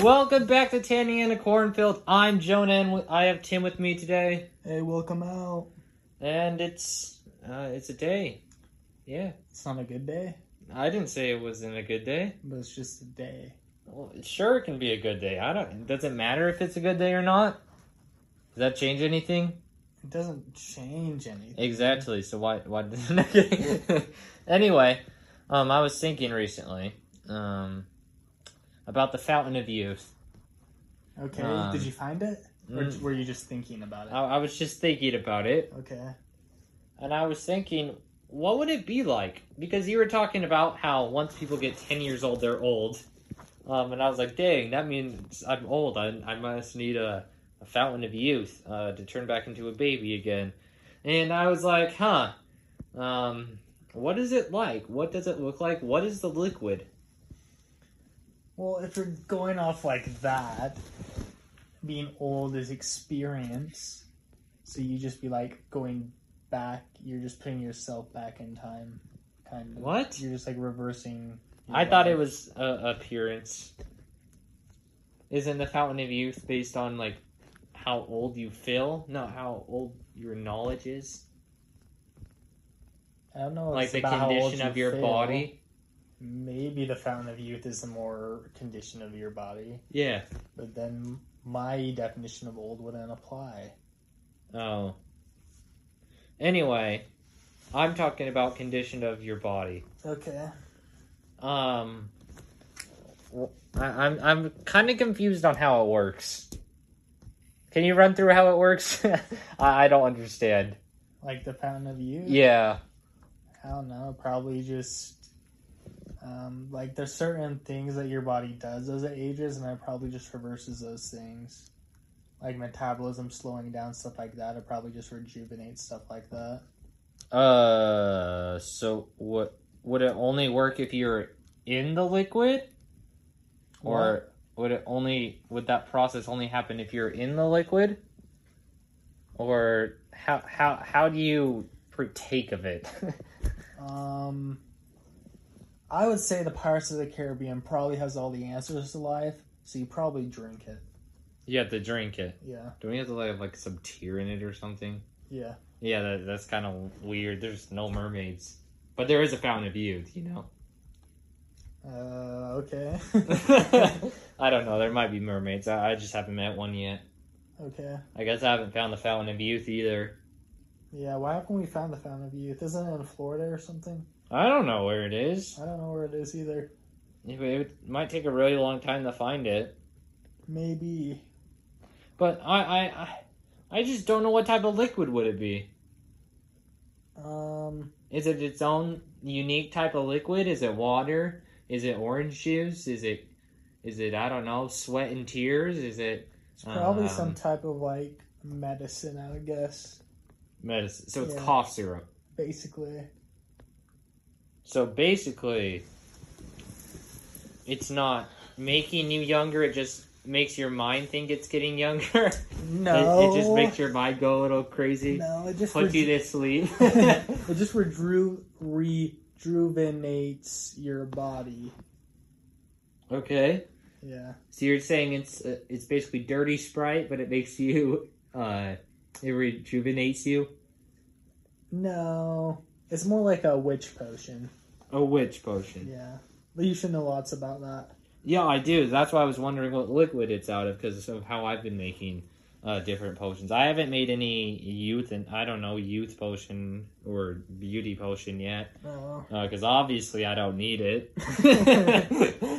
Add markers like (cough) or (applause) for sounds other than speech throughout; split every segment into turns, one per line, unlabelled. Welcome back to Tanning in a Cornfield. I'm Jonah, and I have Tim with me today,
Hey, welcome out.
and it's uh, it's a day. Yeah,
It's not a good day,
I didn't say it wasn't a good day.
but it's just a day.
Well, sure, it can be a good day. I don't. Does it matter if it's a good day or not? Does that change anything?
It doesn't change anything.
Exactly. So why why did (laughs) anyway? Um, I was thinking recently um, about the fountain of youth.
Okay,
Um,
did you find it? Or
Mm.
were you just thinking about it?
I, I was just thinking about it.
Okay.
and I was thinking, what would it be like? Because you were talking about how once people get ten years old, they're old, um, and I was like, dang, that means I'm old. I, I must need a, a fountain of youth uh, to turn back into a baby again. And I was like, huh, um, what is it like? What does it look like? What is the liquid?
Well, if you're going off like that, being old is experience. So you just be like going back, you're just putting yourself back in time. Kind of.
What?
You're just like reversing. your
I thought it
life.
was uh, appearance. Isn't the fountain of youth based on like how old you feel, not how old your knowledge is?
I don't know.
like
Oh, it's
the
about how old
condition
you
of your
feel.
body.
Maybe the fountain of youth is the more condition of your body.
Yeah.
But then my definition of old wouldn't apply.
Oh. Anyway, I'm talking about condition of your body.
Okay.
Um, I, I'm I'm kind of confused on how it works. Can you run through how it works? (laughs) I, I don't understand.
Like the fountain of youth?
Yeah.
I don't know. Probably just um, like there's certain things that your body does as it ages, and it probably just reverses those things. Like metabolism slowing down, stuff like that. It probably just rejuvenates stuff like that.
Uh. So what? Would it only work if you're in the liquid, or would it only would that process only happen if you're in the liquid or how how how do you partake of it (laughs)
Um, I would say the Pirates of the Caribbean probably has all the answers to life, so you probably drink it.
you have to drink it
Yeah,
do we have to like, have like some tear in it or something
yeah.
yeah that, that's kind of weird there's no mermaids but there is a fountain of youth you know (laughs)
Uh, okay.
(laughs)
(laughs)
i don't know there might be mermaids I, I just haven't met one yet
okay.
i guess i haven't found the fountain of youth either
Yeah, why haven't we found the Fountain of Youth? Isn't it in Florida or something?
i don't know where it is
I don't know where it is either.
it, it might take a really long time to find it
Maybe.
But I, I, I, I just don't know what type of liquid would it be.
Um,
Is it its own unique type of liquid? Is it water? Is it orange juice? Is it, is it I don't know, sweat and tears? Is it
it's probably
Um,
some type of like medicine, I would guess.
medicine? So it's
Yeah.
cough syrup.
Basically,
So basically, it's not making you younger. It just makes your mind think it's getting (laughs) younger. It-
no.
It, just makes your mind go a little crazy.
no. It just
Put
reju-
you (laughs) to sleep.
(laughs) it just redru- rejuvenates your body.
okay.
Yeah.
So you're saying it's uh, it's basically dirty Sprite, but it makes you uh it rejuvenates you.
No, it's more like a witch potion.
A witch potion.
Yeah, but you should know lots about that.
Yeah, I do. That's why I was wondering what liquid it's out of because of how I've been making uh different potions. I haven't made any youth and I don't know youth potion or beauty potion yet
Oh,
because obviously I don't need
(laughs)
it.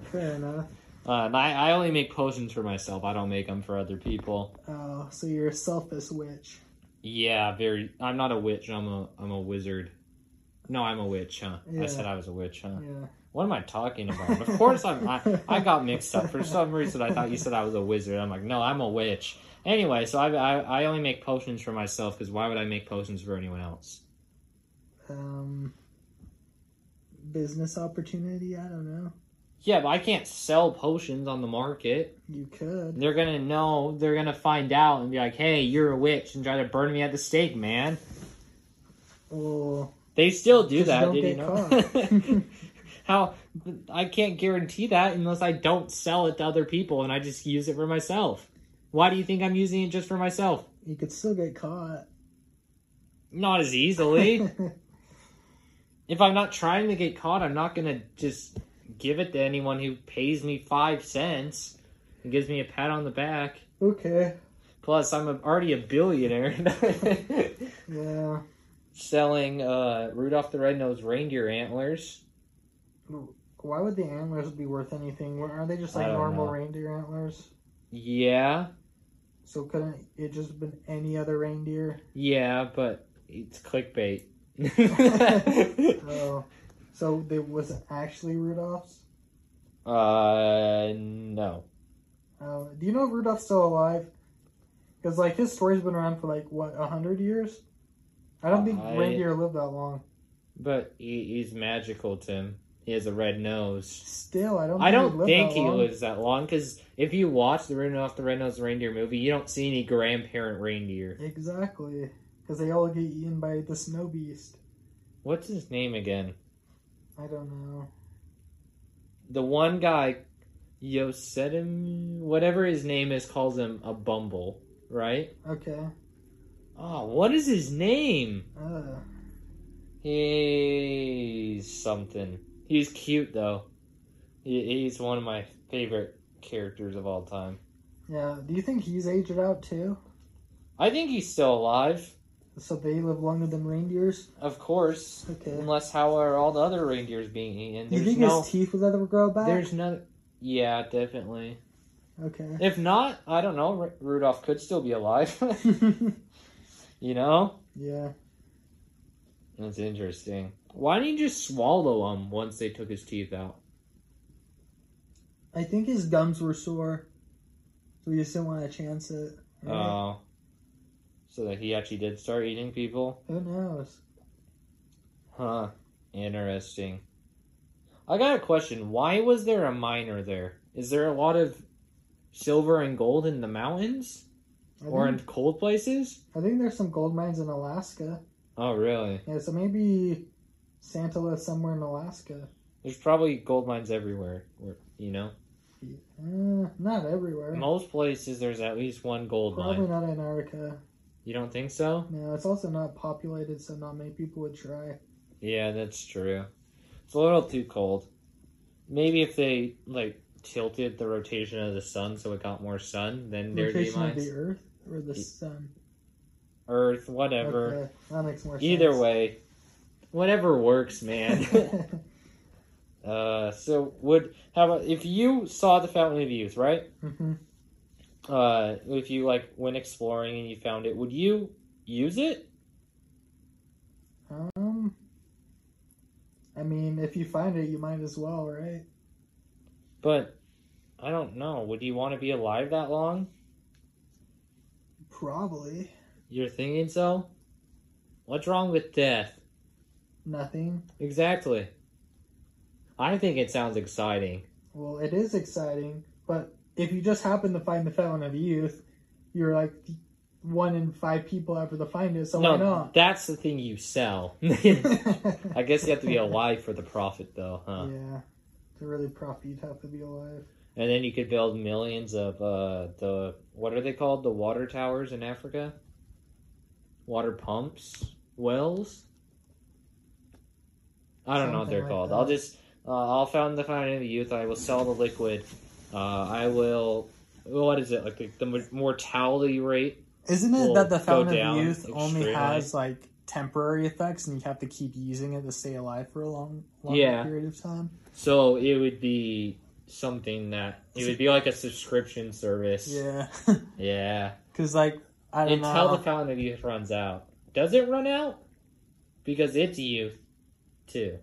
(laughs)
fair enough.
um, I I only make potions for myself. I don't make them for other people.
Oh, so you're a selfish witch.
Yeah, very. I'm not a witch. I'm a I'm a wizard. No, I'm a witch, huh?
Yeah.
I said I was a witch, huh?
Yeah.
What am I talking about? Of course I'm. I, I got mixed up for some reason. I thought you said I was a wizard. I'm like, no, I'm a witch. Anyway, so I I, I only make potions for myself because why would I make potions for anyone else?
Um, business opportunity? I don't know.
Yeah, but I can't sell potions on the market.
You could.
They're gonna know. They're gonna find out and be like, hey, you're a witch, and try to burn me at the stake, man.
Oh,
They still do
Just
that.
don't
did you
get
know? (laughs) how I can't guarantee that unless I don't sell it to other people and I just use it for myself. Why do you think I'm using it just for myself?
You could still get caught.
Not as easily. if I'm not trying to get caught, I'm not gonna just give it to anyone who pays me five cents and gives me a pat on the back.
(laughs) okay.
Plus, I'm already a billionaire (laughs)
Yeah.
selling uh, Rudolph the Red-Nosed Reindeer antlers.
Why would the antlers be worth anything? Were- Aren't they just
I
like
don't
normal
know.
reindeer antlers?
Yeah,
So couldn't it just been any other
(laughs)
reindeer?
yeah, but it's
(laughs)
clickbait. (laughs)
Oh. So they was actually Rudolph's?
uh, no.
Uh, do you know if Rudolph's still alive? Because like his story's been around for like what a hundred years. I don't think
I-
reindeer live that long.
But he, he's magical, Tim. He has a red nose.
Still, I don't.
I don't
live
think
that
he
long.
lives that long because if you watch the Rudolph the Red-Nosed Reindeer movie, you don't see any grandparent reindeer.
Exactly, because they all get eaten by the snow beast.
What's his name again?
I don't know.
The one guy, Yosedem, whatever his name is, calls him a bumble, right?
Okay.
Oh, what is his name?
Uh,
He's something. He's cute though. He, he's one of my favorite characters of all time.
yeah. Do you think he's aged out too?
I think he's still alive,
So they live longer than reindeers.
of course.
Okay.
Unless how are all the other reindeers being eaten?
Do you
There's
think
no.
his teeth would ever grow back?
There's no. Yeah, definitely.
Okay. (laughs)
If not, I don't know. Ru- Rudolph could still be alive. (laughs) you know,
yeah.
that's interesting. Why didn't he just swallow him once they took his teeth out?
I think his gums were sore, so we just didn't want to chance it.
Oh, so that he actually did start eating people.
Who knows?
Huh. Interesting. I got a question. Why was there a miner there? Is there a lot of silver and gold in the mountains
I
or
think,
in cold places?
I think there's some gold mines in Alaska.
Oh, really?
Yeah, so maybe Santa lives somewhere in Alaska.
There's probably gold mines everywhere. or- You know,
Uh, not everywhere.
most places there's at least one gold
Probably
mine.
not Antarctica.
You don't think so?
No, it's also not populated, so not many people would try.
Yeah, that's true. It's a little too cold. Maybe if they like tilted the rotation of the sun so it got more sun, then there'd be
Rotation of
mines.
the Earth or the Sun.
Earth, whatever.
Okay, that makes more
Either
sense.
way, whatever works, man.
(laughs)
(laughs) uh, so would how about if you saw the Fountain of Youth, right?
Mhm.
Uh, if you like went exploring and you found it, would you use it?
Um, I mean, if you find it, you might as well, right?
But I don't know. Would you want to be alive that long?
Probably
You're thinking so. What's wrong with death?
nothing.
Exactly. I think it sounds exciting.
Well, it is exciting, but if you just happen to find the Fountain of Youth, you're like one in five people ever to find it. So
no,
why not?
that's the thing you
(laughs)
sell. (laughs) I guess you have to be alive for the profit, though, huh?
Yeah, to really profit, you'd have to be alive.
And then you could build millions of uh, the what are they called? The water towers in Africa, water pumps, wells. I don't know what
Something
they're
like
called.
that.
I'll just uh, I'll found the fountain of youth. I will sell the liquid. Uh, I will. What is it like? The, the mor- mortality rate?
Isn't it
will
that the
go
Fountain
down
of Youth only
extremely.
has like temporary effects, and you have to keep using it to stay alive for a long, long
Yeah.
period of time?
So it would be something that it would be like a subscription service.
Yeah, (laughs)
Yeah.
because like I don't
Until
know.
the Fountain of Youth runs out. Does it run out? Because it's youth, too.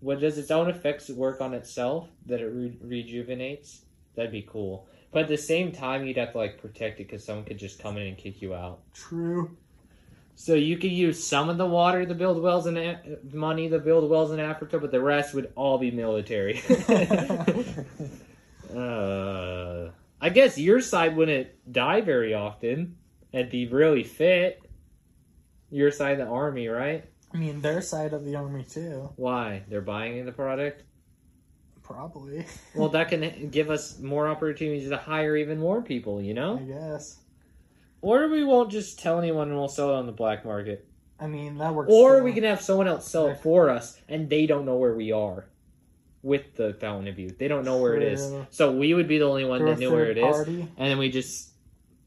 What does its own effects work on itself that it re- rejuvenates? That'd be cool. But at the same time, you'd have to like protect it because someone could just come in and kick you out.
True.
So you could use some of the water to build wells and a- money to build wells in Africa, but the rest would all be military. uh, I guess your side wouldn't die very often and be really fit. Your side, of the army, right?
I mean, their side of the army too,
Why? They're buying the product?
probably.
Well, that can give us more opportunities to hire even more people, you
I
know?
guess.
Or we won't just tell anyone and we'll sell it on the black market.
I mean, that works.
Or
too.
we can have someone else sell it for us and they don't know where we are with the Fountain of Youth. They don't know where it is.
True.
So we would be the only one
Through a
that knew where
third
it is.
party.
And then we just,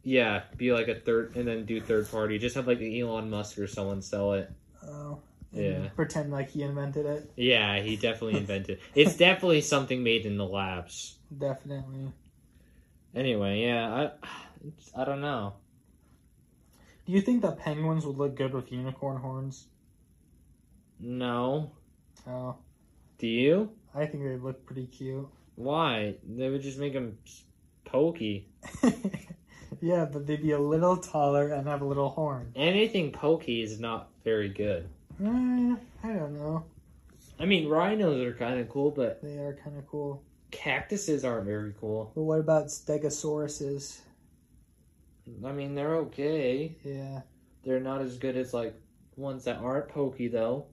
yeah, be like a third, and then do third party. Just have like the Elon Musk or someone sell it.
Oh.
Yeah.
Pretend like he invented it.
Yeah, he definitely
(laughs)
invented. It's definitely something made in the labs.
Definitely.
Anyway, yeah, I, it's- I don't know.
Do you think the penguins would look good with unicorn horns?
No,
Oh,
do you?
I think they look pretty cute.
Why? They would just make him pokey.
(laughs) yeah, but they'd be a little taller and have a little horn.
Anything pokey is not very good.
Eh, I don't know.
I mean, rhinos are kind of cool, but
They are kind of cool.
cactuses aren't very cool.
But what about stegosauruses?
I mean, they're okay.
Yeah.
They're not as good as like ones that aren't pokey though.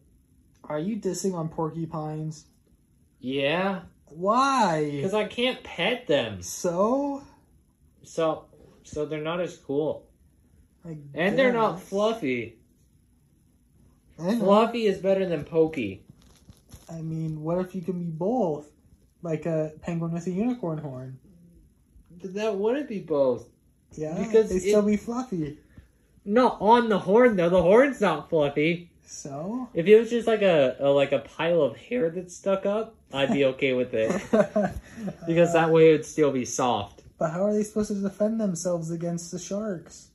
Are you dissing on porcupines?
Yeah,
Why?
because I can't pet them,
So?
so so they're not as cool.
I
And they're not
guess.
fluffy.
I know.
Fluffy is better than pokey.
I mean, what if you can be both? Like a penguin with a unicorn horn.
That wouldn't be both.
Yeah,
Because
they still be fluffy.
No, on the horn though. The horn's not fluffy.
So?
If it was just like a, a like a pile of hair that's stuck up, I'd be okay with it (laughs)
(laughs)
because that way it'd still be soft.
But how are they supposed to defend themselves against the sharks?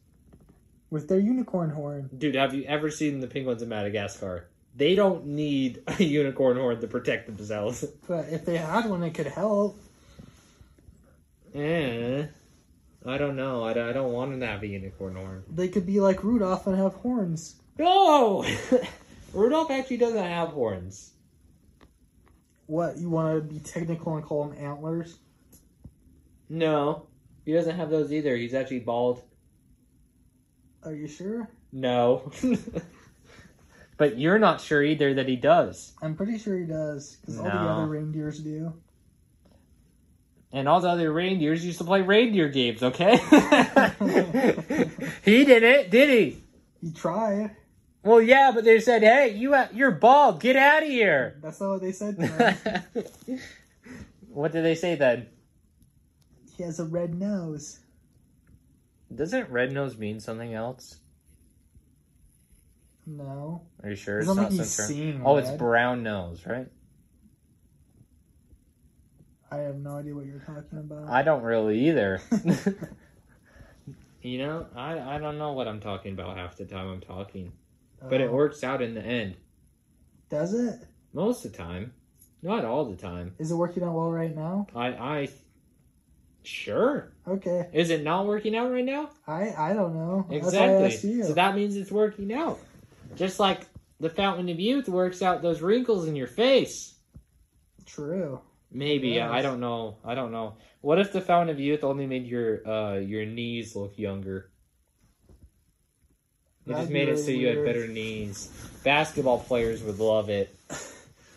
With their unicorn horn.
Dude, have you ever seen the penguins of Madagascar? They don't need (laughs) a unicorn horn to protect themselves. (laughs)
But if they had one, it could help.
Eh, I don't know. I don't, I don't want to have a unicorn horn.
They could be like Rudolph and have horns.
No, (laughs) Rudolph actually doesn't have horns.
What, you want to be technical and call them antlers?
No, he doesn't have those either. He's actually bald.
Are you sure?
No. (laughs) but you're not sure either that he does.
I'm pretty sure he does, because all
No.
the other reindeers do.
And all the other reindeers used to play reindeer games, okay? (laughs) he did it, did he?
He tried.
Well, yeah, but they said, "Hey, you out- you're bald. Get out of (laughs) here."
That's not what they said
(laughs)
to him.
what did they say then?
he has a red nose.
Doesn't red nose mean something else?
No.
Are you sure
It's
it's,
not
not
like he's
central?
seeing
Oh, it's
red.
brown nose, right?
I have no idea what you're talking about.
I don't really
(laughs)
either. you know, I I don't know what I'm talking about half the time I'm talking, but it
Oh.
works out in the end
Does it?
most of the time, not all the time.
Is it working out well right now?
I I sure
Okay.
is it not working out right now?
I I don't know. That's why I
Exactly.
asked you.
So that means it's working out. Just like the fountain of youth works out those wrinkles in your face.
True.
Maybe
Yes.
I don't know. I don't know. What if the fountain of youth only made your uh your knees look younger? It
That'd
just
be
made it
really
so you had
weird.
better knees. Basketball players would love it.
(laughs)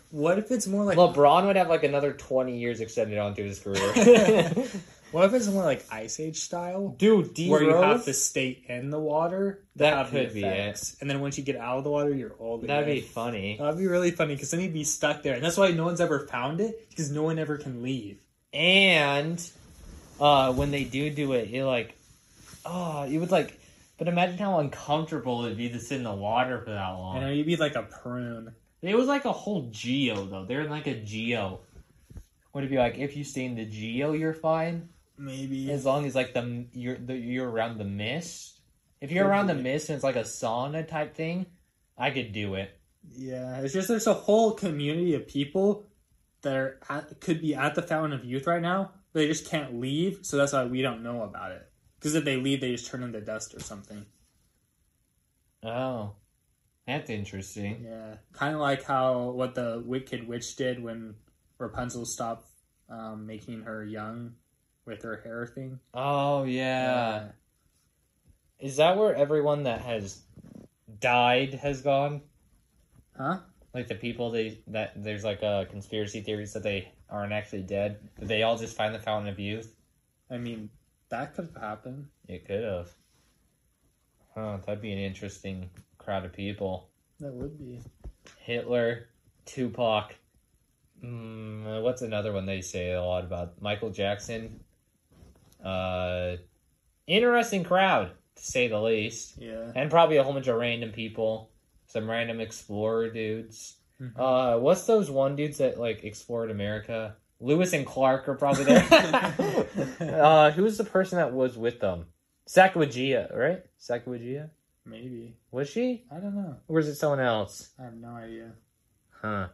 What if it's more like
LeBron would have like another twenty years extended onto his career.
(laughs)
What if it's more like Ice Age style,
Dude, D
where you
Rose,
have to stay in the water? to
That
have the
could be it.
effects, and then once you get out of the water, you're old.
that'd be
again.
funny.
that'd be really funny because then you'd be stuck there, and that's why no one's ever found it because no one ever can leave.
and uh, when they do do it, it like, oh, it would like. But imagine how uncomfortable it'd be to sit in the water for that long.
You know, you'd be like a prune.
It was like a whole geo though. They're in like a geo. Would it be like if you stay in the geo, you're fine
Maybe
as long as like the you're the, you're around the mist. If you're
Could
around the
be.
mist and it's like a sauna type thing, I could do it.
Yeah, it's just there's a whole community of people that are at, could be at the Fountain of Youth right now, but they just can't leave, so that's why we don't know about it. Because if they leave, they just turn into dust or something.
Oh, that's interesting.
Yeah, kind of like how what the Wicked Witch did when Rapunzel stopped um, making her young with her hair thing.
Oh
Uh,
yeah. Is that where everyone that has died has gone?
Huh?
Like the people they that there's like uh conspiracy theories that they aren't actually dead. But they all just find the fountain of youth.
I mean, that could happen.
It could have. Huh, that'd be an interesting crowd of people.
That would be.
Hitler, Tupac. Mm, uh, what's another one they say a lot about? Michael Jackson. Uh, interesting crowd to say the least.
Yeah.
and probably a whole bunch of random people, some random explorer dudes.
Mhm.
Uh, what's those one dudes that like explored America? Lewis and Clark are probably there. (laughs)
(laughs)
uh, who was the person that was with them? Sacagawea, right? Sacagawea?
Maybe.
Was she?
I don't know.
Or was it someone else?
I have no idea.
Huh.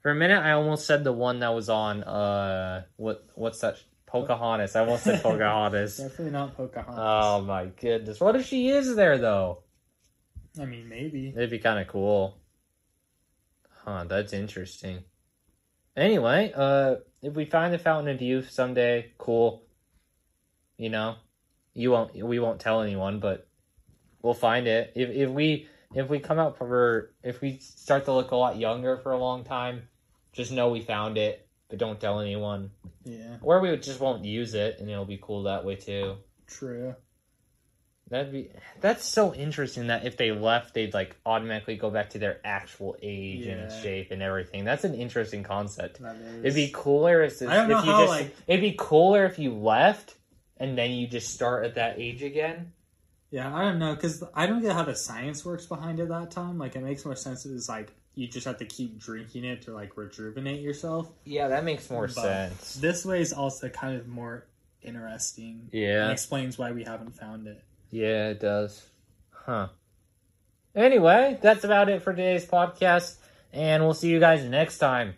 For a minute, I almost said the one that was on uh, what what's that? Pocahontas. I almost (laughs) said Pocahontas.
Definitely not Pocahontas.
oh my goodness! What if she is there though? Um,
I mean, maybe.
That'd be kind of cool. Huh, that's interesting. Anyway, uh, if we find the Fountain of Youth someday, cool. You know, you won't. We won't tell anyone, but we'll find it. If if we if we come out for if we start to look a lot younger for a long time, just know we found it, but don't tell anyone.
Yeah.
Or we just won't use it, and it'll be cool that way too.
True.
That'd be that's so interesting that if they left they'd like automatically go back to their actual age and
Yeah.
shape and everything. That's an interesting concept.
That is.
It'd be cooler if,
I don't
if
know
you
how,
just
like-
it'd be cooler if you left and then you just start at that age again.
Yeah, I don't know because I don't get how the science works behind it that time. Like, it makes more sense. if It's like you just have to keep drinking it to like rejuvenate yourself.
Yeah, that makes more
But-
sense.
This way is also kind of more interesting. And
Yeah.
explains why we haven't found it.
Yeah, it does. Huh. Anyway, that's about it for today's podcast and we'll see you guys next time.